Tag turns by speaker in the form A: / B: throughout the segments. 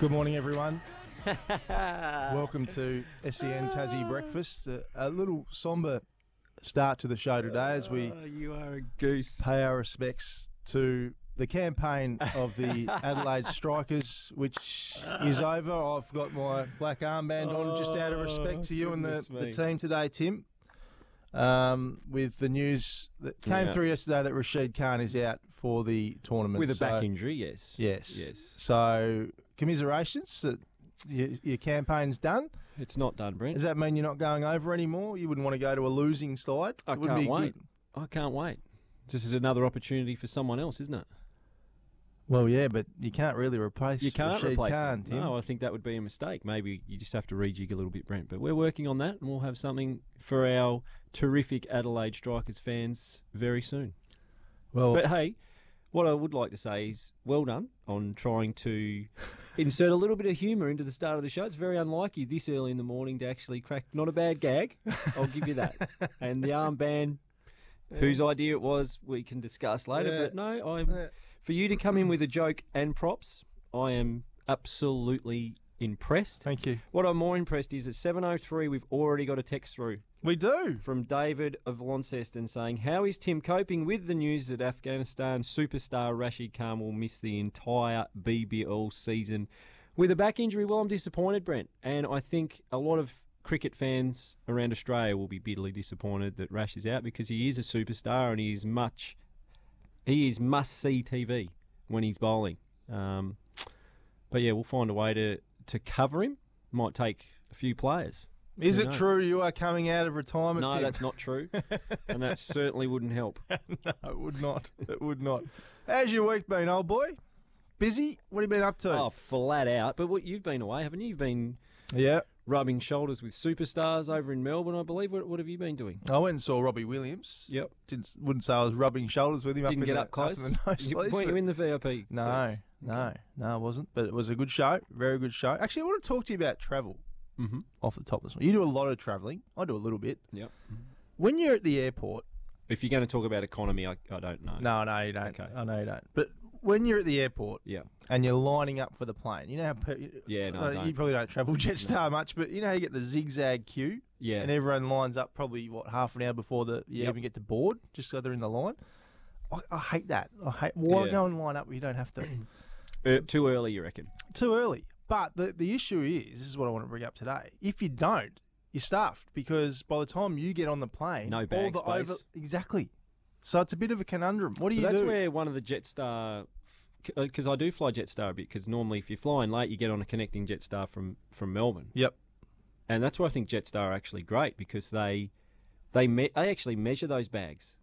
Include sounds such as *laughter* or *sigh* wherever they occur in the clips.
A: Good morning,
B: *laughs*
A: everyone. Welcome to SEN Tassie Breakfast. A, a little somber start to the show today as we
B: You are a goose.
A: pay our respects to the campaign of
B: *laughs*
A: the Adelaide Strikers, which is over. I've got my black armband on just out of respect to you and the,
B: goodness
A: the
B: me.
A: team today, Tim. Um, with the news that came
B: Yeah.
A: through yesterday that Rashid Khan is out for the tournament
B: With a
A: So-
B: back injury, yes.
A: Yes.
B: Yes.
A: So commiserations. that Your, your campaign's done.
B: It's not done, Brent.
A: Does that mean you're not going over anymore? You wouldn't want to go to a losing side.
B: I
A: It wouldn't
B: can't
A: be
B: wait.
A: good-
B: I can't wait. This is another opportunity for someone else, isn't it?
A: Well, yeah, but you can't really replace.
B: You can't
A: Rashid
B: replace
A: Khan,
B: him.
A: Tim.
B: No, I think that would be a mistake. Maybe you just have to rejig a little bit, Brent. But we're working on that, and we'll have something for our terrific Adelaide Strikers fans very soon.
A: well,
B: But hey, what I would like to say is well done on trying
A: *laughs*
B: to insert a little bit of humour into the start of the show. It's very unlike you this early in the morning to actually crack not a bad gag. I'll give you that.
A: *laughs*
B: and the armband, whose idea it was, we can discuss later.
A: Yeah.
B: But no, I'm for you to come in with a joke and props. I am absolutely impressed.
A: thank you.
B: What I'm more impressed is at 7:03 we've already got a text through
A: We do.
B: from David of Launceston saying, How is Tim coping with the news that Afghanistan superstar Rashid Khan will miss the entire BBL season with a back injury? Well, I'm disappointed, Brent. And I think a lot of cricket fans around Australia will be bitterly disappointed that Rash is out because he is a superstar and he is much, he is must see TV when he's bowling. Um, but yeah, we'll find a way to, to cover him. Might take a few players.
A: Is
B: Who
A: it
B: knows?
A: true you are coming out of retirement?
B: No,
A: Tim?
B: that's not true. and that certainly wouldn't
A: *laughs*
B: help.
A: No, *laughs* it would not. It would not. How's your week been, old boy? Busy? What have you been up to?
B: Oh, flat out. But what you've been away, haven't you? You've been
A: Yeah,
B: rubbing shoulders with superstars over in Melbourne, I believe. What, what have you been doing?
A: I went and saw Robbie Williams.
B: Yep.
A: Didn't wouldn't say I was rubbing shoulders with him.
B: Didn't
A: in
B: get
A: the-
B: up close.
A: in the *laughs* nose,
B: you,
A: please,
B: weren't
A: but-
B: you in the VIP?
A: No,
B: seats?
A: no, no, I wasn't. But it was a good show, very good show. Actually, I want to talk to you about travel
B: Mhm.
A: off the top of this one. You do a lot of travelling. I do a little bit.
B: Yep.
A: When you're at the airport,
B: If you're going to talk about economy, I, I don't know.
A: no, no, you don't.
B: Okay.
A: I know you don't. But when you're at the airport
B: Yeah.
A: and you're lining up for the plane, you know how pe-
B: Yeah, no,
A: I
B: I
A: know you
B: don't.
A: probably don't travel *laughs* Jetstar much, but you know how you get the zigzag queue,
B: Yeah.
A: and everyone lines up probably what half an hour before the you
B: Yep.
A: even get to board, just so they're in the line. I, I hate that. I hate why
B: Yeah.
A: go and line up where you don't have to.
B: Er, too early, you reckon?
A: too early. But the, the issue is, this is what I want to bring up today. If you don't, you're stuffed because by the time you get on the plane,
B: No
A: all
B: bag
A: the
B: space.
A: exactly. So it's a bit of a conundrum. What do
B: But
A: you
B: that's
A: do?
B: where one of the Jetstar, because I do fly Jetstar a bit, because normally if you're flying late, you get on a connecting Jetstar from, from Melbourne.
A: yep.
B: and that's why I think Jetstar are actually great because they they me- they actually measure those bags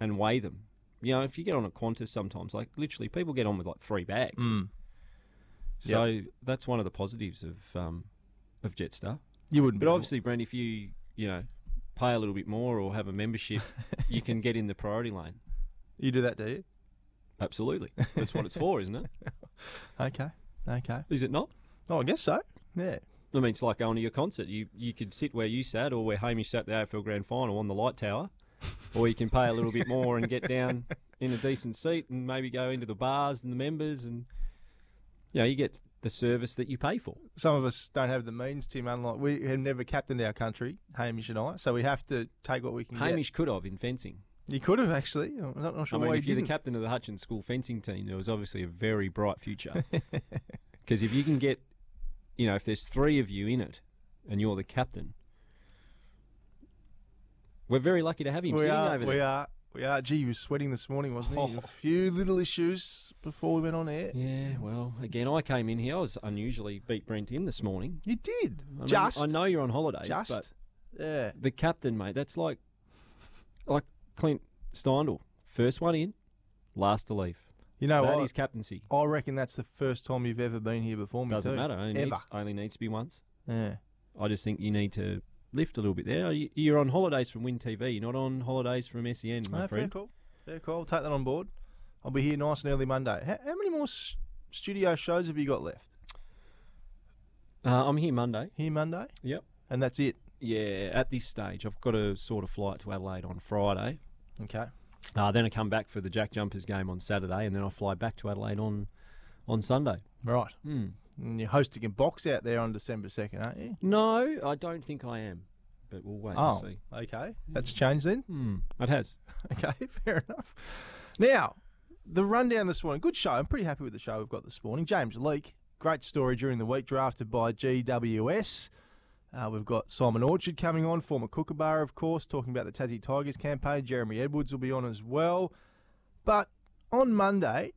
B: and weigh them. You know, if you get on a Qantas, sometimes like literally people get on with like three bags.
A: Mm,
B: So that's one of the positives of um, of Jetstar.
A: You wouldn't.
B: But
A: be-
B: obviously, Brent, if you you know pay a little bit more or have a membership, you can get in the priority lane.
A: you do that, do you?
B: Absolutely, that's what it's for, isn't it?
A: Okay. Okay.
B: Is it not?
A: Oh, I guess so. Yeah.
B: I mean, it's like going to your concert. You you could sit where you sat, or where Hamish sat the AFL Grand Final on the light tower, or you can pay a little bit more and get down in a decent seat, and maybe go into the bars and the members, and you know, you get the service that you pay for.
A: Some of us don't have the means, Tim. Unlike we have never captained our country, Hamish and I, so we have to take what we can
B: Hamish could have in fencing.
A: get. You could have actually. I'm not, not
B: I
A: sure
B: mean,
A: why
B: if
A: you
B: you're the
A: didn't.
B: captain of the Hutchins School fencing team, there was obviously a very bright future *laughs* Because if you can get, you know, if there's three of you in it, and you're the captain, we're very lucky to have him
A: we
B: sitting
A: are,
B: over
A: we
B: there.
A: are, we are. Gee, he was sweating this morning, wasn't he?
B: Oh.
A: A few little issues before we went on air.
B: Yeah, well, again, I came in here. I was unusually beat Brent in this morning.
A: You did.
B: I mean,
A: just.
B: I know you're on holidays,
A: Just.
B: but
A: yeah.
B: the captain, mate, that's like, like Clint Steindl. First one in, last to leave.
A: You know
B: That is
A: what?
B: captaincy.
A: I reckon that's the first time you've ever been here before me.
B: Doesn't
A: too.
B: matter. Only
A: Ever.
B: needs, only needs to be once.
A: Yeah.
B: I just think you need to lift a little bit there. You- You're on holidays from Win TV. You're not on holidays from SEN, my
A: No, Oh, fair
B: friend.
A: call. Fair call. I'll take that on board. I'll be here nice and early Monday. How, how many more s- studio shows have you got left?
B: Uh, I'm here Monday.
A: Here Monday,
B: Yep.
A: and that's it.
B: Yeah. At this stage, I've got a sort of flight to Adelaide on Friday.
A: Okay.
B: Uh, then I come back for the Jack Jumpers game on Saturday, and then I fly back to Adelaide on on Sunday.
A: Right.
B: Hmm.
A: And you're hosting a box out there on December second, aren't you?
B: No, I don't think I am, but we'll
A: Oh.
B: wait and see.
A: okay. That's changed then.
B: Hmm. It has.
A: *laughs* Okay, fair enough. Now, the rundown this morning. Good show. I'm pretty happy with the show we've got this morning. James Leake, great story during the week, drafted by GWS. Uh, we've got Simon Orchard coming on, former Kookaburra, of course, talking about the Tassie Tigers campaign. Jeremy Edwards will be on as well. But on Monday,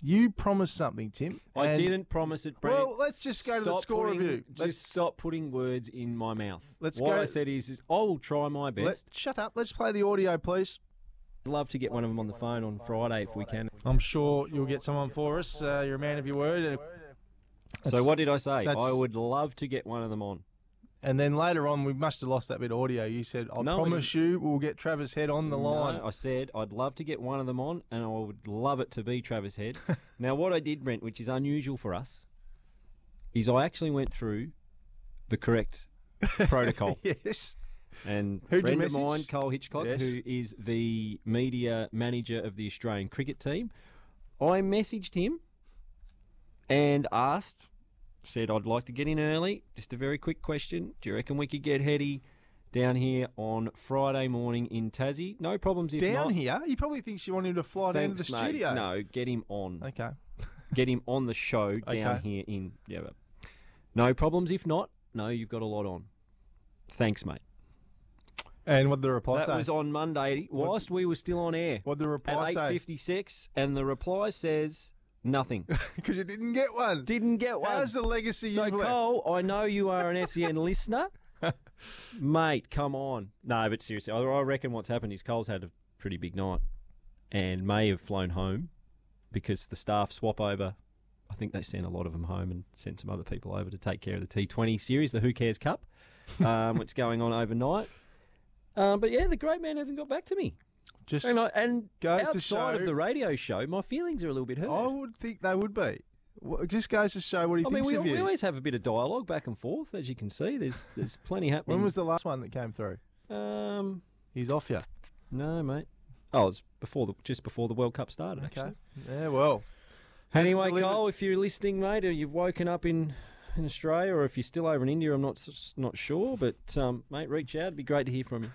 A: you promised something, Tim.
B: I
A: and-
B: didn't promise it, Brent.
A: Well, let's just go to the
B: Stop
A: score
B: putting-
A: review.
B: Just
A: Let's
B: stop putting words in my mouth.
A: Let's
B: what
A: go-
B: I said is, is I will try my best.
A: Let, shut up. Let's play the audio, please.
B: I'd love to get one of them on the phone on Friday if we can.
A: I'm sure you'll get someone for us. Uh, you're a man of your word. And,
B: so what did I say?
A: that's-
B: I would love to get one of them on.
A: and then later on, we must have lost that bit of audio. You said, I
B: No, I
A: promise you we'll get Travis Head on the line.
B: No,
A: *laughs*
B: I said I'd love to get one of them on, and I would love it to be Travis Head. now, what I did, Brent, which is unusual for us, is I actually went through the correct protocol.
A: Yes.
B: And
A: Who'd you
B: friend of
A: message?
B: mine, Cole Hitchcock,
A: Yes.
B: who is the media manager of the Australian cricket team, I messaged him and asked, said I'd like to get in early. Just a very quick question: Do you reckon we could get Hetty down here on Friday morning in Tassie? No problems if
A: Down
B: not.
A: here? He probably thinks you want him to fly down to the
B: Thanks, mate.
A: studio.
B: No, get him on.
A: Okay.
B: Get him on the show down
A: Okay.
B: here in. Yeah, but no problems if not. No, you've got a lot on. Thanks, mate.
A: And what the reply
B: That was on Monday, whilst we were still on air
A: What the
B: at
A: reply
B: eight
A: say? *laughs*
B: fifty six, and the reply says nothing.
A: Because you didn't get one.
B: Didn't get one.
A: How's the legacy
B: so
A: you've left?
B: Cole, I know
A: *laughs*
B: you are an SEN listener, mate. Come on, no, but seriously, I, I reckon what's happened is Cole's had a pretty big night, and may have flown home because the staff swap over. I think they sent a lot of them home and sent some other people over to take care of the T Twenty series, the Who Cares Cup,
A: *laughs*
B: um, which is going on overnight. Um, but yeah, the great man hasn't got back to me.
A: Just,
B: And, I, and
A: Goes to
B: outside
A: show-
B: of the radio show, my feelings are a little bit hurt.
A: I would think they would be. Wha- It just goes to show what he
B: I mean,
A: thinks
B: we,
A: of
B: we
A: you.
B: always have a bit of dialogue back and forth, as you can see. There's there's plenty
A: *laughs*
B: happening.
A: When was the last one that came through?
B: um
A: He's off you.
B: no, mate. Oh, it was before the just before the World Cup started.
A: Okay.
B: Actually.
A: Yeah, well.
B: Anyway,
A: Delivered-
B: Cole, if you're listening, mate, or you've woken up in in Australia, or if you're still over in India, I'm not s- not sure, but um, mate, reach out. It'd be great to hear from you.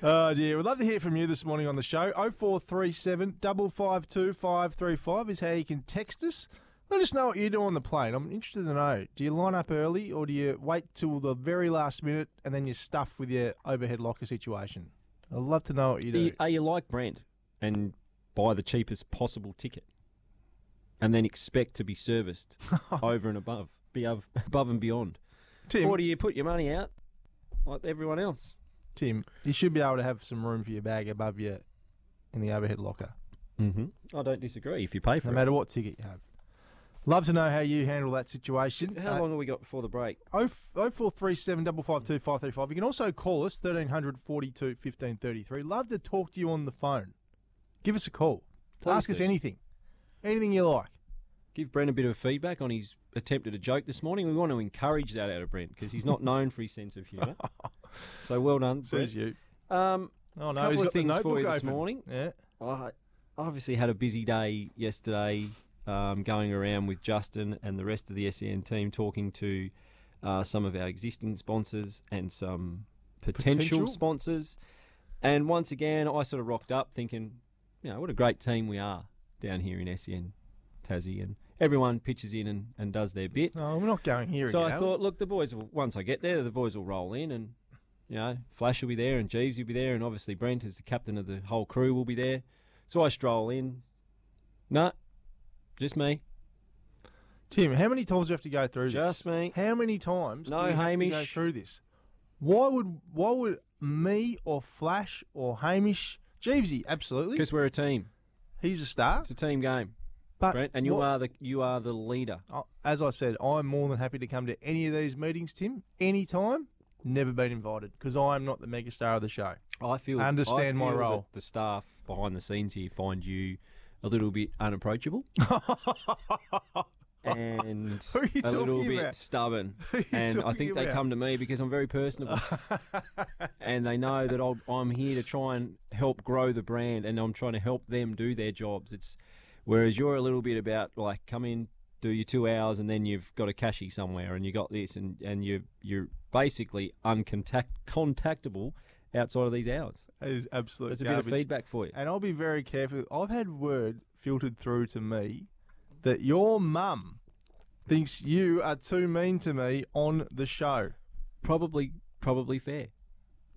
A: Oh dear, we'd love to hear from you this morning on the show. 0437 552 535 is how you can text us. Let us know what you do on the plane. I'm interested to know. Do you line up early or do you wait till the very last minute and then you stuff with your overhead locker situation? I'd love to know what you
B: are,
A: do.
B: you, are you like Brent and buy the cheapest possible ticket, and then expect to
A: *laughs*
B: be serviced over and above, be above, above and beyond?
A: Tim,
B: Or do you put your money out like everyone else?
A: Tim, you should be able to have some room for your bag above you in the overhead locker,
B: Mm-hmm. I don't disagree if you pay for
A: no
B: it.
A: matter what ticket you have. Love to know how you handle that situation.
B: How
A: Uh,
B: long have we got before the break?
A: 0437 552 535. You can also call us 1300 42 1533. Love to talk to you on the phone. Give us a call.
B: Please
A: Ask us
B: do.
A: anything. Anything you like.
B: Give Brent a bit of feedback on his attempt at a joke this morning. We want to encourage that out of Brent because he's not known for his sense
A: *laughs*
B: of humour. so well done, Brent.
A: you.
B: Um,
A: Oh, no,
B: Couple
A: he's got
B: of
A: the
B: things
A: notebook
B: for you
A: open.
B: this morning.
A: Yeah.
B: I obviously had a busy day yesterday um, going around with Justin and the rest of the SEN team talking to uh, some of our existing sponsors and some potential,
A: Potential?
B: sponsors. And once again, I sort of rocked up thinking, you know, what a great team we are down here in SEN Tassie, and everyone pitches in and, and does their bit.
A: No, Oh, we're not going here
B: So
A: again.
B: I
A: Alan.
B: thought, look, the boys, will, once I get there, the boys will roll in and, you know, Flash will be there and Jeeves will be there and obviously Brent is the captain of the whole crew will be there. So I stroll in. No, just me.
A: Tim, how many times do you have to go through
B: Just
A: this?
B: me.
A: How many times
B: No
A: do you have
B: Hamish.
A: to go through this? Why would why would me or Flash or Hamish Jeevesy, absolutely.
B: Because we're a team.
A: He's a star.
B: It's a team game,
A: But
B: Brent, and you
A: Uh, what-
B: are the you are the leader.
A: Uh, as I said, I'm more than happy to come to any of these meetings, Tim, anytime. Never been invited because I am not the megastar of the show.
B: I feel
A: I understand
B: I
A: my
B: feel that
A: role.
B: The staff behind the scenes here find you a little bit unapproachable *laughs* and
A: Who are you
B: a little
A: talking
B: bit
A: about?
B: stubborn.
A: *laughs* Who are you
B: And I
A: talking
B: think they
A: about?
B: come to me because I'm
A: *laughs*
B: very personable, and they know that I'll, I'm here to try and help grow the brand, and I'm trying to help them do their jobs. It's whereas you're a little bit about like come in, do your two hours, and then you've got a cashy somewhere, and you got this, and and you you're basically uncontact contactable outside of these hours.
A: That is absolutely
B: That's a bit of feedback for you.
A: And I'll be very careful. I've had word filtered through to me that your mum thinks you are too mean to me on the show.
B: Probably, probably fair.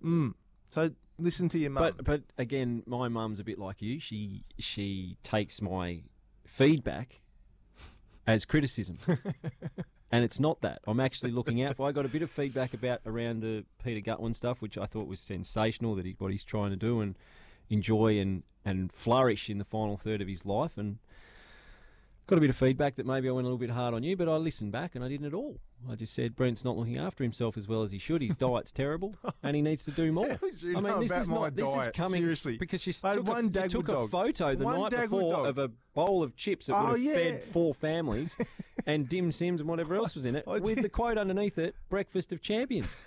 A: Mm. So listen to your mum.
B: But but again, my mum's a bit like you. She she takes my feedback as criticism. *laughs* and it's not that. I'm actually looking out for I got a bit of feedback about around the Peter Gutwin stuff, which I thought was sensational that he what he's trying to do and enjoy and, and flourish in the final third of his life and Got a bit of feedback that maybe I went a little bit hard on you, but I listened back and I didn't at all. I just said Brent's not looking after himself as well as he should. His
A: *laughs*
B: diet's terrible, and he needs to do more.
A: How did you
B: I
A: know
B: mean, this
A: about
B: is
A: my
B: not. This is
A: diet?
B: coming
A: Seriously.
B: because she
A: I had
B: took,
A: one
B: a, you
A: Dagwood
B: took a
A: dog.
B: photo the
A: One
B: night
A: Dagwood
B: before
A: dog.
B: of a bowl of chips that
A: Oh,
B: would have
A: yeah.
B: fed
A: *laughs*
B: four families, and dim sims and whatever else was in it,
A: I
B: with
A: did.
B: the quote underneath it: "Breakfast
A: *laughs*
B: of Champions."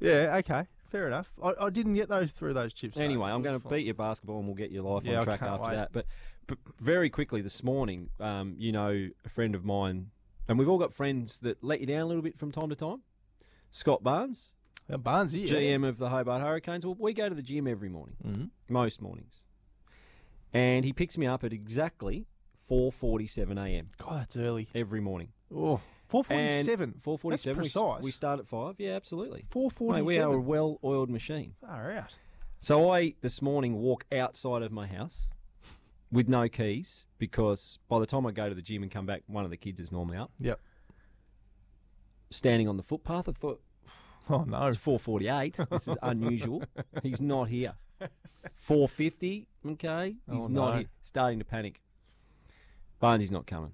A: yeah, okay, fair enough. I, I didn't get those through those chips. though.
B: Anyway, I'm
A: It was
B: going to
A: fine.
B: beat your basketball and we'll get your life
A: Yeah, I
B: on track
A: can't
B: after
A: wait.
B: that. But, but very quickly this morning, um, you know, a friend of mine, and we've all got friends that let you down a little bit from time to time. Scott Barnes,
A: Yeah, Barnes, yeah. Mm-hmm.
B: GM of the Hobart Hurricanes. Well, we go to the gym every morning, most mornings, and he picks me up at exactly 4:47 a.m.
A: God, that's early.
B: every morning.
A: Oh, 447.
B: And 4:47.
A: That's
B: we s-
A: precise.
B: We, start at five. Yeah, absolutely. Mate,
A: 447.
B: we are a well-oiled machine.
A: Far out.
B: So I this morning walk outside of my house with no keys because by the time I go to the gym and come back, one of the kids is normally up.
A: Yep.
B: Standing on the footpath, I thought
A: Oh, no.
B: it's four forty eight. This is
A: *laughs*
B: unusual. He's not here. Four fifty, okay. He's
A: Oh,
B: not
A: no.
B: here. Starting to panic. Barney's not coming.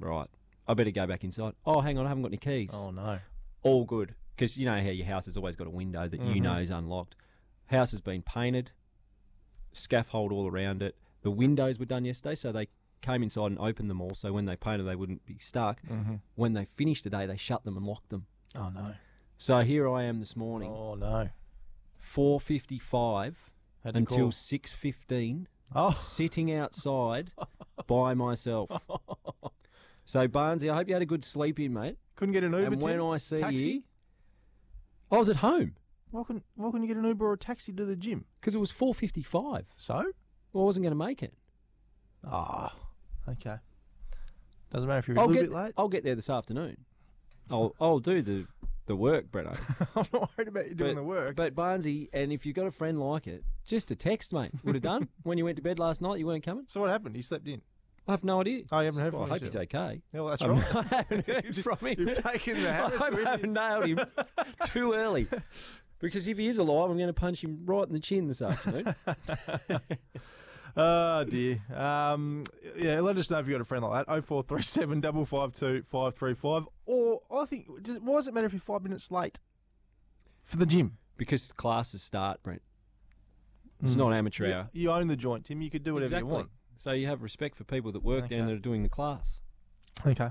B: Right. I better go back inside. Oh, hang on, I haven't got any keys
A: Oh, no.
B: all good because you know how your house has always got a window that you know is unlocked. House has been painted, scaffold all around it. The windows were done yesterday, so they came inside and opened them all. So when they painted, they wouldn't be stuck. When they finished today, they shut them and locked them.
A: Oh, no.
B: So here I am this morning,
A: Oh, no.
B: four fifty-five
A: Had to
B: until
A: call.
B: six fifteen,
A: Oh,
B: sitting outside *laughs* by myself. So Barnsey, I hope you had a good sleep in, mate.
A: couldn't get an Uber.
B: And when
A: Tim?
B: I see
A: taxi?
B: you- I was at home
A: Why couldn't, why couldn't you get an Uber or a taxi to the gym?
B: because it was four fifty-five.
A: So?
B: Well, I wasn't going to make it.
A: Ah, okay. Doesn't matter if you're a
B: I'll
A: little
B: get,
A: bit late.
B: I'll get there this afternoon. I'll I'll do the the work, Bretto.
A: I'm not worried about you *laughs* doing
B: But-
A: the work.
B: But Barnsey, and if you've got a friend like it, just a text, mate, would have done. *laughs* when you went to bed last night, you weren't coming.
A: so what happened? He slept in.
B: I have no idea.
A: Oh, you haven't heard
B: Well, I
A: from him
B: hope he's
A: yet.
B: okay.
A: Yeah, well, that's
B: I'm-
A: right. *laughs*
B: *laughs* I haven't heard from him.
A: You've taken the
B: *laughs* I
A: habit.
B: hope I haven't
A: *laughs*
B: nailed him too early. Because if he is alive, I'm going to punch him right in the chin
A: *laughs*
B: this afternoon.
A: Oh dear. Um, yeah, let us know if you got a friend like that. Oh four three seven double five two five three five. Or I think, does, why does it matter if you're five minutes late for the gym?
B: because classes start, Brent. It's not amateur hour.
A: Hmm. You, you own the joint, Tim. You could Mm. do whatever
B: exactly.
A: you want.
B: So you have respect for people that work
A: Okay.
B: down there doing the class.
A: Okay.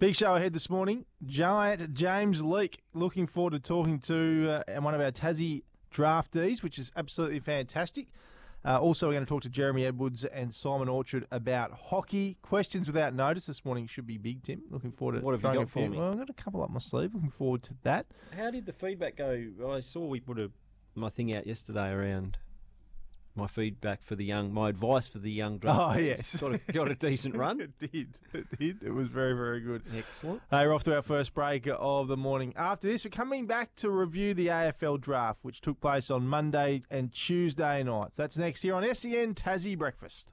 A: Big show ahead this morning. Giant James Leake. Looking forward to talking to uh, one of our Tassie draftees, which is absolutely fantastic. Uh, also, we're going to talk to Jeremy Edwards and Simon Orchard about hockey. Questions without notice this morning should be big, Tim. Looking forward to
B: What have you
A: throwing
B: got
A: a few-
B: for me?
A: Well, I've got a couple up my sleeve. Looking forward to that.
B: How did the feedback go? I saw we put a, my thing out yesterday around my feedback for the young, my advice for the young draft.
A: Oh, yes.
B: got a, got
A: *laughs*
B: a decent run.
A: It did. It did. It was very, very good.
B: Excellent.
A: Hey, we're off to our first break of the morning. After this, we're coming back to review the AFL draft, which took place on Monday and Tuesday nights. That's next here on SEN E Tassie Breakfast.